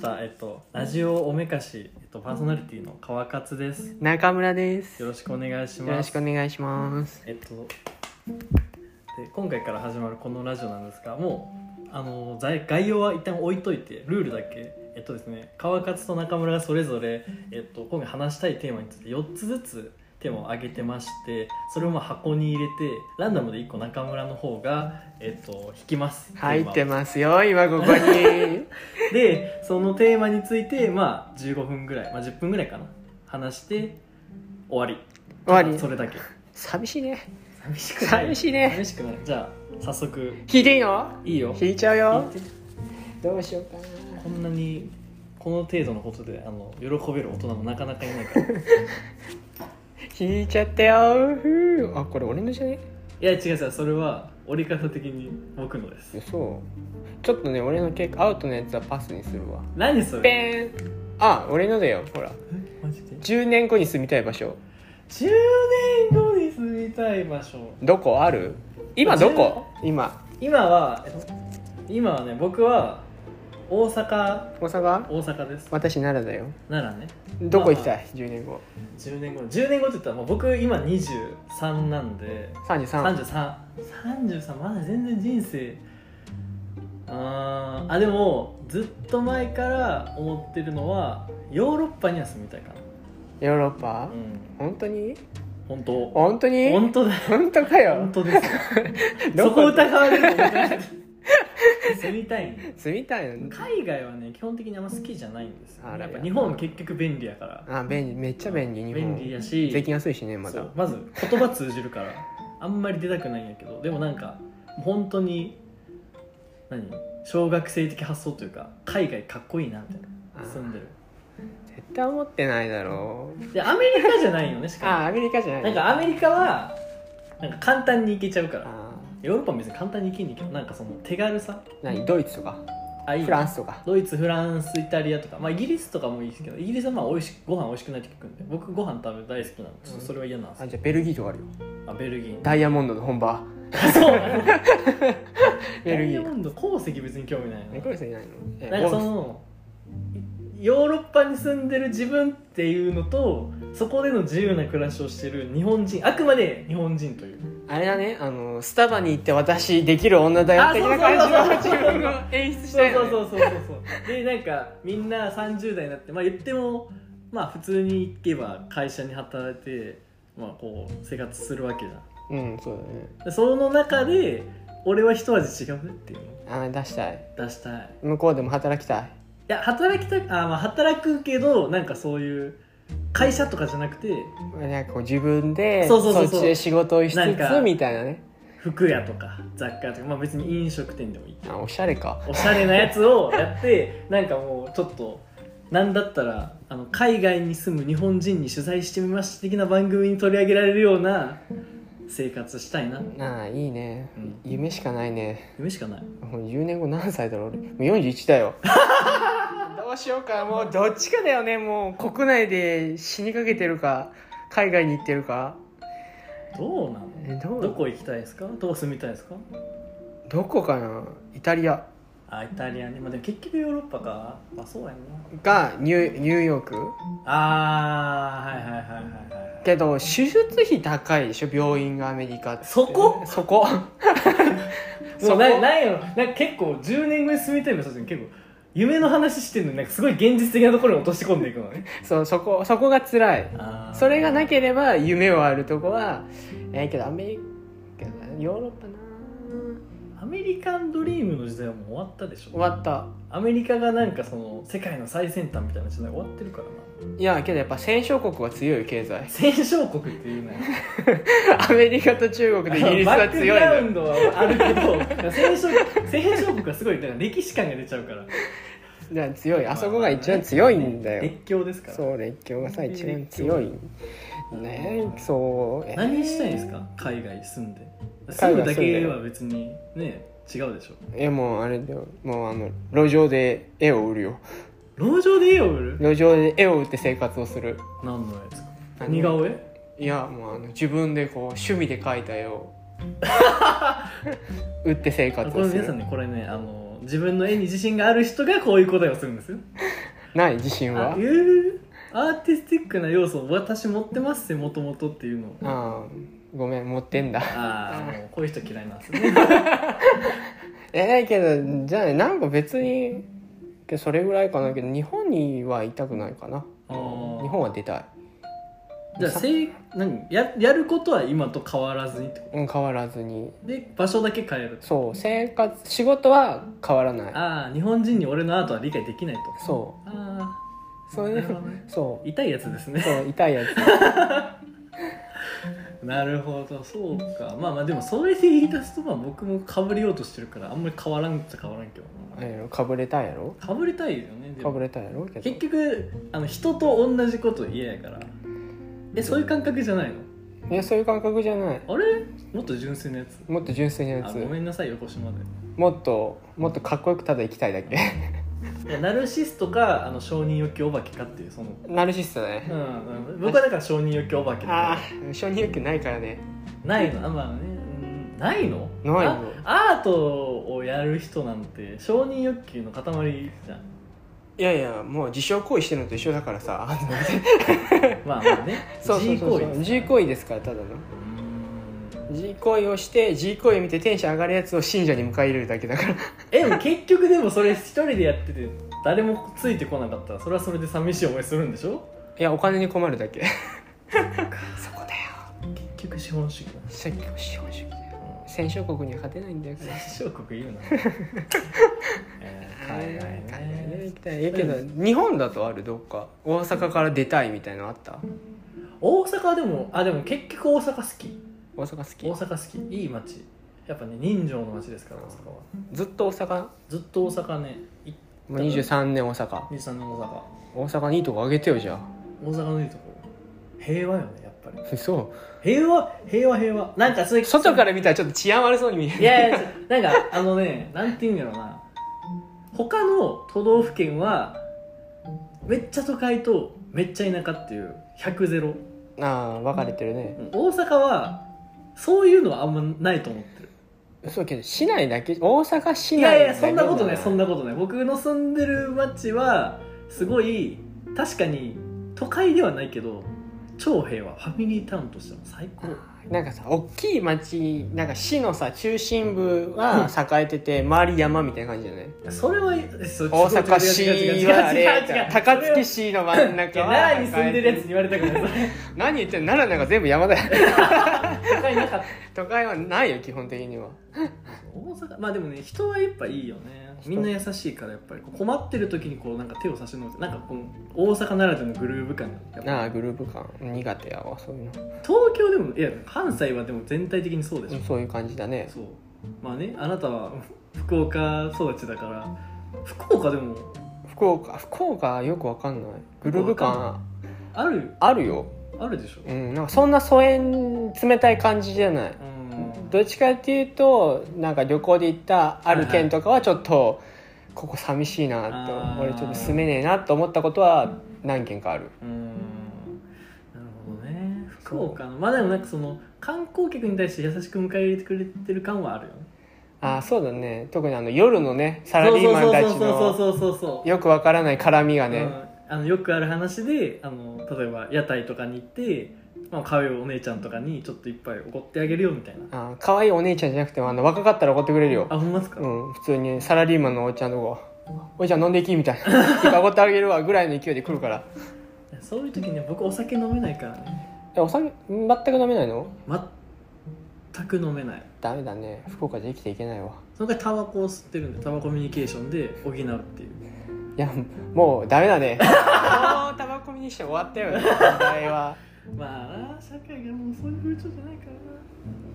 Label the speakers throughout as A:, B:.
A: さ、えっと、ラジオおめかし、えっと、パーソナリティの川勝です。
B: 中村です。
A: よ
B: よ
A: ろしくお願いしま
B: ろ
A: す
B: しく。お願いします。
A: えっと、で今回から始まるこのラジオなんですがもうあのざい概要は一旦置いといてルールだけえっとですね川勝と中村がそれぞれ、えっと、今回話したいテーマについて4つずつテーマを挙げてましてそれをまあ箱に入れてランダムで1個中村の方が、えっと、引きます
B: 入って
A: ま
B: ますよ、今ここ に。
A: すでそのテーマについて、まあ、15分ぐらい、まあ、10分ぐらいかな話して終わり
B: 終わ
A: そ
B: り。
A: れだけ
B: 寂しいね。
A: 寂しくない
B: 寂しいね
A: 寂しくないじゃあ早速
B: 弾いていいの
A: いいよ
B: 弾いちゃうよ。
A: 聞いて
B: どうしようか
A: こんなにこの程度のことであの喜べる大人もなかなかいないから い
B: な。弾いちゃったよ。ふうあ、これ俺のじゃね
A: や違う違うそれは折り方的に僕のです
B: そう。ちょっとね、俺の結構アウトのやつはパスにするわ。
A: 何それ
B: ペーンあ、俺のだよ、ほら。
A: えマジで
B: 10年後に住みたい場所。
A: 10年後に住みたい場所
B: どこある今どこ今。
A: 今はえっと今はね僕は大阪
B: 大阪
A: 大阪です
B: 私奈良だよ。
A: 奈良ね
B: どこ行きたい ?10 年後。
A: 10年後10年後って言ったらもう僕今23なんで
B: 33。
A: 3333まだ全然人生あーあでもずっと前から思ってるのはヨーロッパには住みたいか
B: ヨーロッ
A: な
B: パ
A: うん
B: 本当に
A: 本当
B: 本当に
A: 本当だよ
B: 本当か
A: 本
B: よ
A: 当です
B: ど
A: そこ
B: こ
A: 疑われるの僕たち住みたいね
B: 住みたいの
A: 海外はね基本的にあんま好きじゃないんですよね
B: あら
A: やっぱ
B: やだ
A: 日本結局便利やから
B: あ便利めっちゃ便利日本
A: 便利やし
B: 税金安いしねま
A: そ
B: だ
A: うまず言葉通じるから あんまり出たくないんやけどでもなんか本当に何小学生的発想というか海外かっこいいなみたい
B: あ
A: な住んでる
B: 絶対思ってないだろう
A: でアメリカじゃないよねし
B: あ
A: か
B: アメリカじゃ
A: も
B: な
A: なん
B: い
A: かアメリカはなんか簡単に行けちゃうから
B: あ
A: ヨーロッパは別に簡単に行けんねんけどなんかその手軽さ
B: 何ドイツとか
A: あいい
B: フランスとか
A: ドイツフランスイタリアとか、まあ、イギリスとかもいいですけどイギリスはまあ美味しくご飯美味しくないって聞くんで僕ご飯食べ大好きなんでちょっとそれは嫌なんです
B: あ
A: よ
B: じゃあベルギーとかあるよ
A: あベルギー
B: ダイヤモンドの本場
A: そうなの
B: ベルギ
A: ダイヤモ
B: ー
A: ンド鉱石別に興味ないの
B: ニコルさんいないのえ
A: なんかそ
B: ボル
A: のいヨーロッパに住んでる自分っていうのとそこでの自由な暮らしをしてる日本人あくまで日本人という
B: あれだねあのスタバに行って私できる女だよ的な感じ
A: あそうそうそうそ
B: の
A: う
B: 自分を演出し
A: そ
B: た
A: う
B: よ、
A: そ
B: ね、
A: うそうそうそうそうでなんかみんな30代になってまあ言ってもまあ普通に行けば会社に働いてまあこう生活するわけじゃん
B: うんそうだね
A: でその中で俺は一味違うねっていうのを
B: あ出したい
A: 出したい
B: 向こうでも働きたい
A: いや働きたくあまあ働くけどなんかそういう会社とかじゃなくて
B: なんかこう自分で
A: そ
B: そう
A: そうそうそう
B: っちで仕事をしつ
A: なんか
B: つみたいなね
A: 服屋とか雑貨屋とか、まあ、別に飲食店でもいい
B: あおしゃれか
A: おしゃれなやつをやって なんかもうちょっとなんだったらあの海外に住む日本人に取材してみました的な番組に取り上げられるような生活したいな
B: ああいいね、
A: うん
B: 夢しかないね
A: 夢しかない
B: もう10年後何歳だろう俺もう41だ よどうしようかもうどっちかだよねもう国内で死にかけてるか海外に行ってるか
A: どうなの
B: えどう
A: どこ行きたいですかどこ住みたいですか
B: どこかなイタリア
A: あイタリアね、まあ、でも結局ヨーロッパかあそうやんな
B: がニューニューヨーク
A: あーはいはいはいはいはい
B: けど手術費高いでしょ病院がアメリカって
A: そこ
B: そこ
A: もうななんやろなんか結構10年後に住みたい場所って結構夢の話してるのになんかすごい現実的なところに落とし込んでいくのね
B: そうそこそこが辛いそれがな
A: き
B: ければ夢はあるとこはええけどアメリカヨーロッパな
A: アメリカンドリームの時代はもう終わったでし
B: 終
A: ょ
B: わった
A: アメリカがなんかその世界の最先端みたいな時代終わってるからない
B: やけどやっぱ戦勝国は強いよ経済
A: 戦勝国っていうのよ
B: アメリカと中 国とイギリス
A: バ
B: は
A: ッ
B: 強
A: ク
B: い
A: グ
B: の
A: ラウ
B: よ
A: ンドはあるけど戦勝戦勝国はすごいなんか歴史感が出ちゃうから
B: だから強いあそこが一番強いんだよ
A: 列強ですから
B: そう列強がさ一番強いねえそうえー
A: 何したいんですか海外住んで住
B: 海
A: む
B: 外
A: だ
B: 住んで
A: けは別にね違うでしょ
B: えもうあれだよもうあの路上で絵を売るよ
A: 農場で家を売る
B: 路上で絵を売って生活をする
A: 何のやつか
B: あの
A: 似顔絵
B: いやもうあの自分でこう趣味 で描いた絵を売って生
A: あ
B: 活
A: これ
B: をす
A: 皆さん
B: る
A: ねこれねあの自分の絵に自信がある人がこういう答えをするんですよ
B: ない自信
A: あ
B: は
A: えーアーティスティックな要素を私持ってますってもともとっていうのを
B: うんごめん持ってんだ
A: ああもうこういう人嫌いなんですよね
B: えないけどじゃあねなんか別にけどそれぐらいかなけど日本にはいたくないかな
A: あ
B: 日
A: ー
B: 本は出たい
A: じゃあせい何ややることは今と変わらずにってこ
B: うん変わらずに
A: とで場所だけ変える
B: そう生活仕事は変わらない
A: ああ日本人に俺のアートは理解できないと
B: そ
A: あ
B: うそう
A: あ
B: い
A: なるほ
B: う
A: ど ね
B: そ
A: 痛いやつです
B: う
A: ね
B: そう痛いやつ
A: なるほどそうかまあまあでもそれで言い出すとまあ僕もかぶれようとしてるからあんまり変わらんっちゃ変わらんけどな
B: えーかぶれたやろ
A: かぶれたいよねで
B: か
A: も
B: ぶれたやろけど
A: 結局あの人と同じこと嫌やからえそういう感覚じゃないの
B: いやそういう感覚じゃない
A: あれもっと純粋なやつ
B: もっと純粋なや
A: あ
B: つ
A: ごめんなさいよ腰まで
B: もっともっとかっこよくただ生きたいだけ
A: いやナルシストかあの承認欲求お化けかっていうその、
B: ナルシスト
A: う
B: ね
A: んうん、僕はだから承認欲求お化けだ
B: あ
A: ね
B: あ承認欲ないからね
A: ないのあまあねうんないの
B: ない
A: あ
B: の
A: アートをやる人なんて承認欲求の塊じゃん
B: いやいやもう自傷行為してるのと一緒だから さ
A: まあまあね
B: そうそうそうそ
A: G 行
B: う
A: 為
B: G 行為ですからただの
A: うーん
B: G 行為をして G 行為見てテンション上がるやつを信者に迎え入れるだけだから
A: えでも結局でもそれ一人でやってて誰もついてこなかったらそれはそれで寂しい思いするんでしょ
B: いやお金に困る だけそこだよ
A: 結局資本主義だ
B: さっきの資本主義だよ戦勝国には勝てないんだよ
A: 戦勝国言うな、 えー、海外ね
B: 海外ね行きたいええけど日本だとあるどっか大阪から出たいみたいなのあった
A: 大阪でもあでも結局大阪好き
B: 大阪好き
A: 大阪好きいい街やっぱね人情の街ですから大阪は
B: ずっと大阪
A: ずっと大阪ねい
B: もう23年大阪
A: 23年大阪
B: 大阪にいいとこあげてよじゃ
A: 大阪のいいところ平和よねやっぱり
B: あそ
A: 平和平和平和なんかそういう
B: う外からら見たらちょっと治安悪そうに見える
A: いやいやなんかあのねなんて言うんだろうな他の都道府県はめっちゃ都会とめっちゃ田舎っていう100ゼロ
B: ああ分かれてるね
A: 大阪はそういうのはあんまないと思ってる
B: そうけど市内だけ大阪市
A: い
B: 内
A: やいやそんなことないそん
B: な
A: なことない僕の住んでる町はすごい確かに都会ではないけど超平和ファミリータウンとしても最高
B: なんかさ大きい町なんか市のさ中心部は栄えてて周り山みたいな感じじ ゃない
A: それはそう
B: 大阪
A: 違う違う違
B: 市
A: う違う違う
B: はあれ
A: 違う違う
B: 高槻市の真ん中は
A: 奈良に住んでるやつに言われたくない
B: 何言ってんの奈良なんか全部山だよ
A: 都会なかった
B: 都会はないよ基本的には
A: 大阪まあでもね人はやっぱいいよねみんな優しいからやっぱりこう困ってる時にこうなんか手を差し伸べてなんかこの大阪ならではのグルーヴ感やっぱ
B: なあグループ感苦手やわそういうの
A: 東京でもいや関西はでも全体的にそうでしょ、
B: そういう感じだね
A: そうまあねあなたは 福岡育ちだから福岡でも
B: 福岡福岡よくわかんないグループ感
A: ある
B: あるよ
A: あるでしょ
B: うんなんかそんな疎遠冷たい感じじゃない
A: うん
B: どっちかっていうとなんか旅行で行ったある県とかはちょっとここ寂しいなと
A: あー
B: 俺ちょっと住めねえなと思ったことは何件かある
A: うんなるほどね福岡のまあでもなんかその観光客に対して優しく迎え入れてくれてる感はあるよね
B: あーそうだね特にあの夜のねサラリーマンたちの
A: そうそうそうそうそうそう
B: よくわからない絡みが
A: う
B: ね
A: んあのよくある話であの例えば屋台とかに行って、まあ、可愛いお姉ちゃんとかにちょっといっぱい怒ってあげるよみたいな
B: あー可愛いお姉ちゃんじゃなくてもあの若かったら怒ってくれるよ
A: あほんまですか、
B: うん、普通にサラリーマンのおっちゃんとか「おいちゃん飲んでいき」みたい な「てかおごってあげるわ」ぐらいの勢いで来るから
A: そういう時ね僕お酒飲めないからね
B: えお酒全く飲めないの
A: 全く飲めない
B: ダメだね福岡じゃ生きていけないわ
A: その代わりタバコを吸ってるんでタバコミュニケーションで補うっていう
B: いやもうダメ だねもうタバコミにして終わったよね問題は
A: まあな社会がもうそういう風潮じゃないから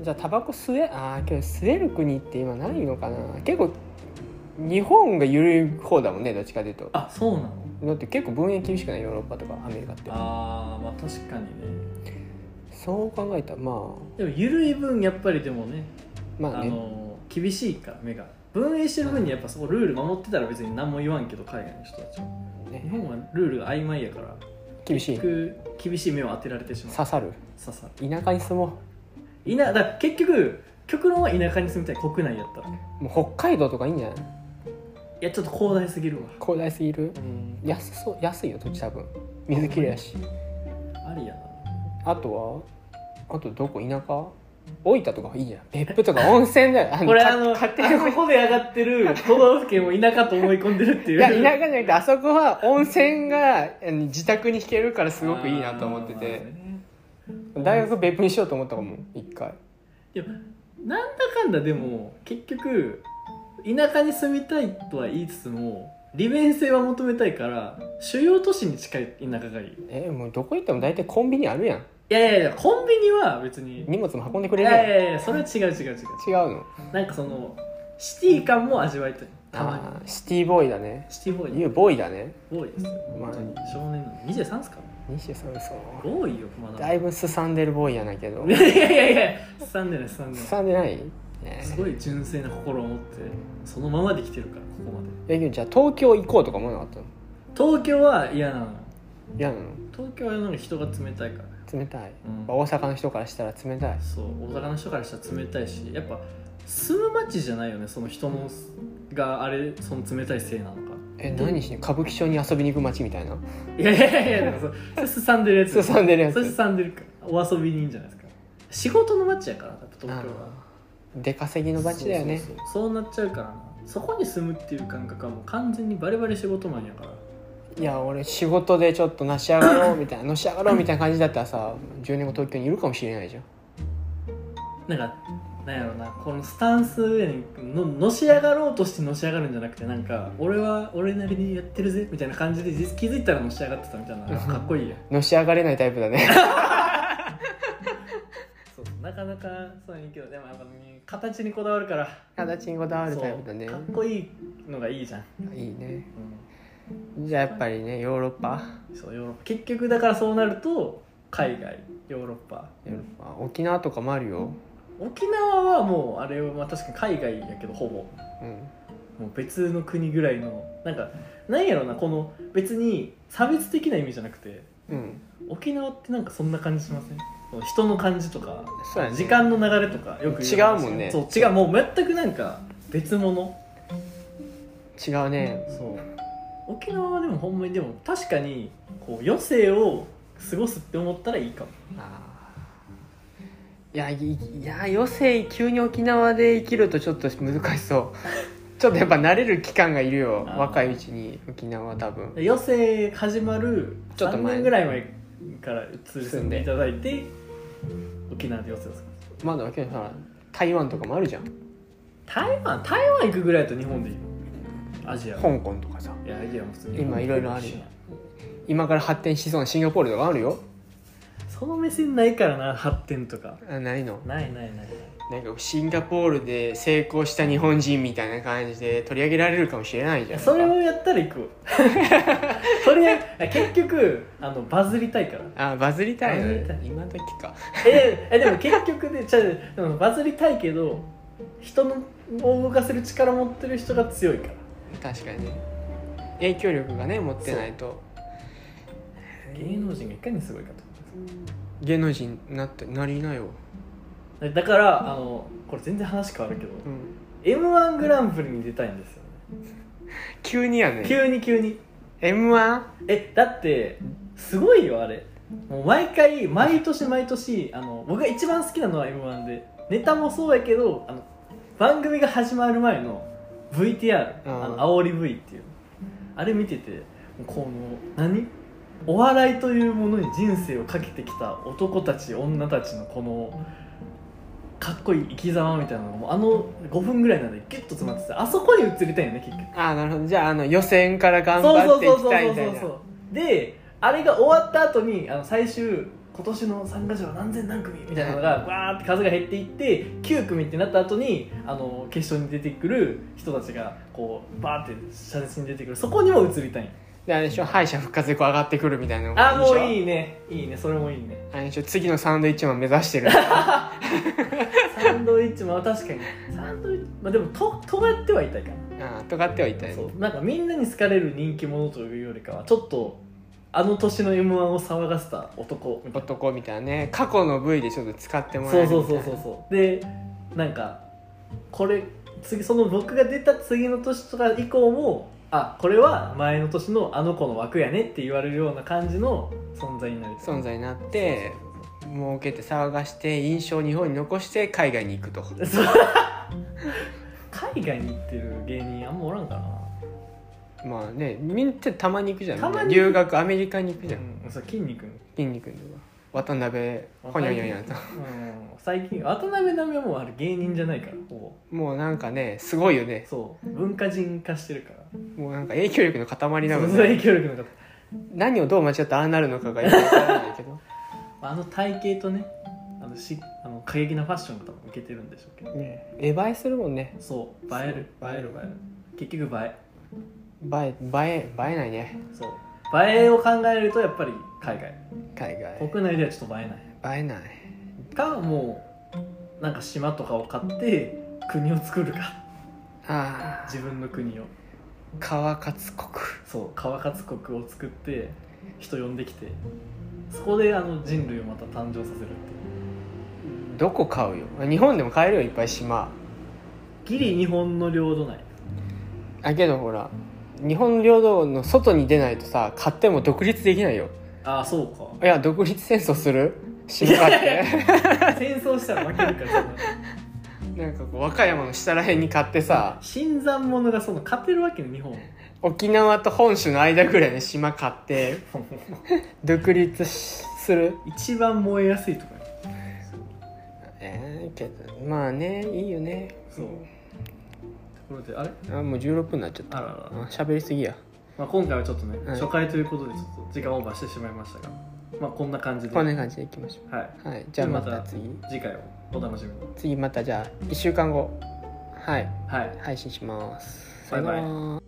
A: な
B: じゃあタバコ吸えああけど吸える国って今ないのかな結構日本が緩い方だもんねどっちかというと
A: あそうなの
B: だって結構分煙厳しくないヨーロッパとかアメリカって
A: あーまあ確かにね
B: そう考えたらま
A: でも緩い分やっぱりでもね
B: あまあ
A: あ
B: ね
A: の厳しいから目が分営してる分にやっぱそこルール守ってたら別に何も言わんけど海外の人たちは日
B: ね
A: 本はルールが曖昧やから
B: 厳しい
A: 結局厳しい目を当てられてしまう
B: 刺さる
A: ささ
B: 田舎に住も
A: いなだから結局極論は田舎に住みたい国内やったら
B: うもう北海道とかいいんじゃない
A: いやちょっと広大すぎるわ
B: 広大すぎる
A: うん
B: 安そう安いよ土地多分水きれいだし
A: ありやな
B: あとはあとどこ田舎大分とかいいじゃん別府とか温泉だよあ
A: これあの
B: か
A: あ
B: 家庭
A: そこで上がってる都道府県を田舎と思い込んでるってい
B: いうや田舎じゃなくてあそこは温泉があの自宅に引けるからすごくいいなと思って
A: あー
B: て
A: ね
B: 大学別府にしようと思ったかも一回
A: でもなんだかんだでも結局田舎に住みたいとは言いつつも利便性は求めたいから主要都市に近い田舎がいいい
B: えもうどこ行っても大体コンビニあるやん
A: やいやいやコンビニは別に
B: 荷物も運んでく
A: い
B: れるやん
A: やいやいやそれは違う違う違う
B: 違うの
A: なんかそのシティ感も味わいたいたま
B: あーシティボーイだね
A: にシティボーイ
B: ユーボーイだね
A: ボーイです
B: まあ
A: 本当に少年なの23っすか
B: 西そうそう
A: ボーイよまだ
B: だいぶすさんでるボーイやなけど
A: いやいやいやすんでないすんですな
B: さんでない
A: い
B: ね
A: すごい純粋な心を持ってそのままで生きてるからここまで
B: えけどじゃあ東京行こうとか思わなかったの
A: 東京は嫌なの
B: 嫌なの
A: 東京はなんか人が冷たいから
B: 冷たい、
A: うん
B: 大阪の人からしたら冷たい
A: そう大阪の人からしたら冷たいしやっぱ住む街じゃないよねその人のがあれその冷たいせいなのか
B: え何しに歌舞伎町に遊びに行く街みたいない
A: やいやいやいやなんかそれすさんでるやつ
B: すさんでるや
A: それす
B: つ
A: さんでるからお遊びにいいんじゃないですか仕事の街やからやっぱ東京は
B: あー出稼ぎの街だよね
A: そうそうそうそうなっちゃうからなそこに住むっていう感覚はもう完全にバリバリ仕事マンやから
B: いや俺仕事でちょっとなし上がろうみたいなのし上がろうみたいな感じだったらさ10年後東京にいるかもしれないじゃん
A: なんかなんやろなこのスタンス上にののし上がろうとしてのし上がるんじゃなくてなんか俺は俺なりにやってるぜみたいな感じで実気づいたらのし上がってたみたいなかっこいいや ん
B: のし上がれないタイプだね
A: そうなかなかそういいけどでもやっぱ、ね、形にこだわるから
B: 形にこだわる
A: そう
B: タイプだね
A: かっこいいのがいいじゃん、
B: いいね
A: う
B: じゃあやっぱりねヨーロッパ
A: ん、そうヨーロッパ結局だからそうなると海外ヨーロッパ
B: ヨーロッパ沖縄とかもあるよ、
A: 沖縄はもうあれはまあ確かに海外やけどほぼ
B: うん、
A: もう別の国ぐらいのなんかなんやろなこの別に差別的な意味じゃなくて
B: うん、
A: 沖縄ってなんかそんな感じしませんその人の感じとか、
B: そうやね
A: 時間の流れとかよく言話
B: 違うもんね
A: そう違うもう全くなんか別物
B: 違うね
A: そう沖縄はでもほんまにでも確かにこう余生を過ごすって思ったらいいかも
B: あーいやいいや余生急に沖縄で生きるとちょっと難しそう ちょっとやっぱ慣れる期間がいるよ
A: あー
B: 若いうちに沖縄は多分
A: 余生始まる
B: ちょっと
A: 3
B: 前
A: 年ぐらい前から移り住んでいただいて沖縄で余生を過ごす
B: まだけどさ台湾とかもあるじゃん
A: 台湾台湾行くぐらいだと日本でいいアジアはい
B: 香港とかさ
A: やいやもう普通に
B: 今いろいろあるよ今から発展しそうなシンガポールとかあるよ
A: その目線ないからな発展とか
B: あないの
A: ないないない
B: なんかシンガポールで成功した日本人みたいな感じで取り上げられるかもしれないじゃん
A: それをやったら行 くそれや結局あのバズりたいから
B: あバズりたいの
A: バズりたい
B: ね今時か
A: ええでも結局ねちゃうでもバズりたいけど人のを動かせる力持ってる人が強いから
B: 確かにね影響力がね持ってないと
A: 芸能人がいかにすごいかってこと
B: 芸能人になってなりなよ、
A: ですだからあのこれ全然話変わるけど
B: うん、
A: m 1グランプリに出たいんですよ、ね、
B: 急にやね
A: 急に急に
B: m 1
A: えだってすごいよあれもう毎回毎年毎年あの僕が一番好きなのは m 1でネタもそうやけどあの番組が始まる前の VTR あ
B: あー
A: の煽り V っていうあれ見ててこの何お笑いというものに人生をかけてきた男たち女たちのこのかっこいい生き様みたいなのがもうあの5分ぐらいなんでギュッと詰まっててあそこに映りたいよね結局
B: ああなるほどじゃああの予選から頑
A: そ
B: 張
A: う
B: っ
A: そう
B: てい
A: そう
B: きたいみたいな
A: そうそうそうであれが終わった後にあの最終今年の参加者は何千何組みたいなのがわーって数が減っていって9組ってなった後にあの決勝に出てくる人たちがこうバーって写真に出てくるそこにも映りたいん
B: であれでしょ敗者復活でこう上がってくるみたいなの
A: あーもう
B: い
A: いいねいいねそれもいいね
B: あれでしょ次のサンドイッチマン目 指してる
A: サンドイッチも確か にサンドイッチ、まあ、でもと尖ってはいたいか
B: ああ尖ってはいた
A: ら
B: よ
A: そ
B: ね
A: うなんかみんなに好かれる人気者というよりかはちょっとあの年の m 1を騒がせた男みたいな
B: 男みたいなね過去の V でちょっと使ってもらえ
A: そう
B: るみた
A: そ
B: いうな
A: そうそうそうでなんかこれ次その僕が出た次の年とか以降もあこれは前の年のあの子の枠やねって言われるような感じの存在になりたい
B: 存在になって儲けて騒がして印象を日本に残して海外に行くと
A: そう 海外に行ってる芸人あんまおらんかな
B: まあねみんなたまに行くじゃん
A: たまに
B: みんな留学アメリカに行くじゃん、
A: うん、そう筋肉
B: 筋肉とか渡辺ほにゃにゃにゃ
A: うん
B: と
A: 最近渡辺直美はもうあれ芸人じゃないからほ
B: もうなんかねすごいよ
A: ぼ
B: ね
A: そう文化人化してるから
B: もうなんか影響力の塊な
A: そ
B: の
A: の
B: で
A: 影響力の方
B: 何をどう間違ってああなるのかがよくわからない けど
A: あの体型とねあのしあの過激なファッションが多分受けてるんでしょうけど
B: ねえ映えするもんね
A: そう映える
B: そう
A: 映える映える結局映え
B: 映え映え映えないね
A: そう映えを考えるとやっぱり海外
B: 海外映
A: 国内ではちょっと映えな
B: えない
A: いかもうなんか島とかを買って国を作るか
B: ああ
A: 自分の国を
B: 川勝国
A: そう川勝国を作って人呼んできてそこであの人類をまた誕生させるっていう
B: どこ買うよ日本でも買えるよいっぱい島
A: ギリ日本の領土内
B: あけどほら日本領土の外に出ないとさ買っても独立できないよ
A: ああそうか
B: いや独立戦争する島買って
A: 戦争したら負けるからそんな
B: なんかこう和歌山の下らへんに買ってさ
A: 新参者がその勝てるわけね日本
B: 沖縄と本州の間ぐらいの島買って独立しする
A: 一番燃えやすいところ
B: ええけどまあねいいよね
A: そうところであれ
B: あもう16分になっちゃっ
A: あ
B: た
A: らら
B: あ、喋りすぎや
A: まあ、今回はちょっとね、
B: はい
A: 初回ということでちょっと時間オーバーしてしまいましたが、まあ、こんな感じで、
B: こんな感じでいきましょ
A: はいう
B: はいじゃあまた
A: また
B: 次
A: 次回をお楽しみに
B: 次またじゃあ1週間後はい
A: はい
B: 配信します
A: バイバイ
B: さよなら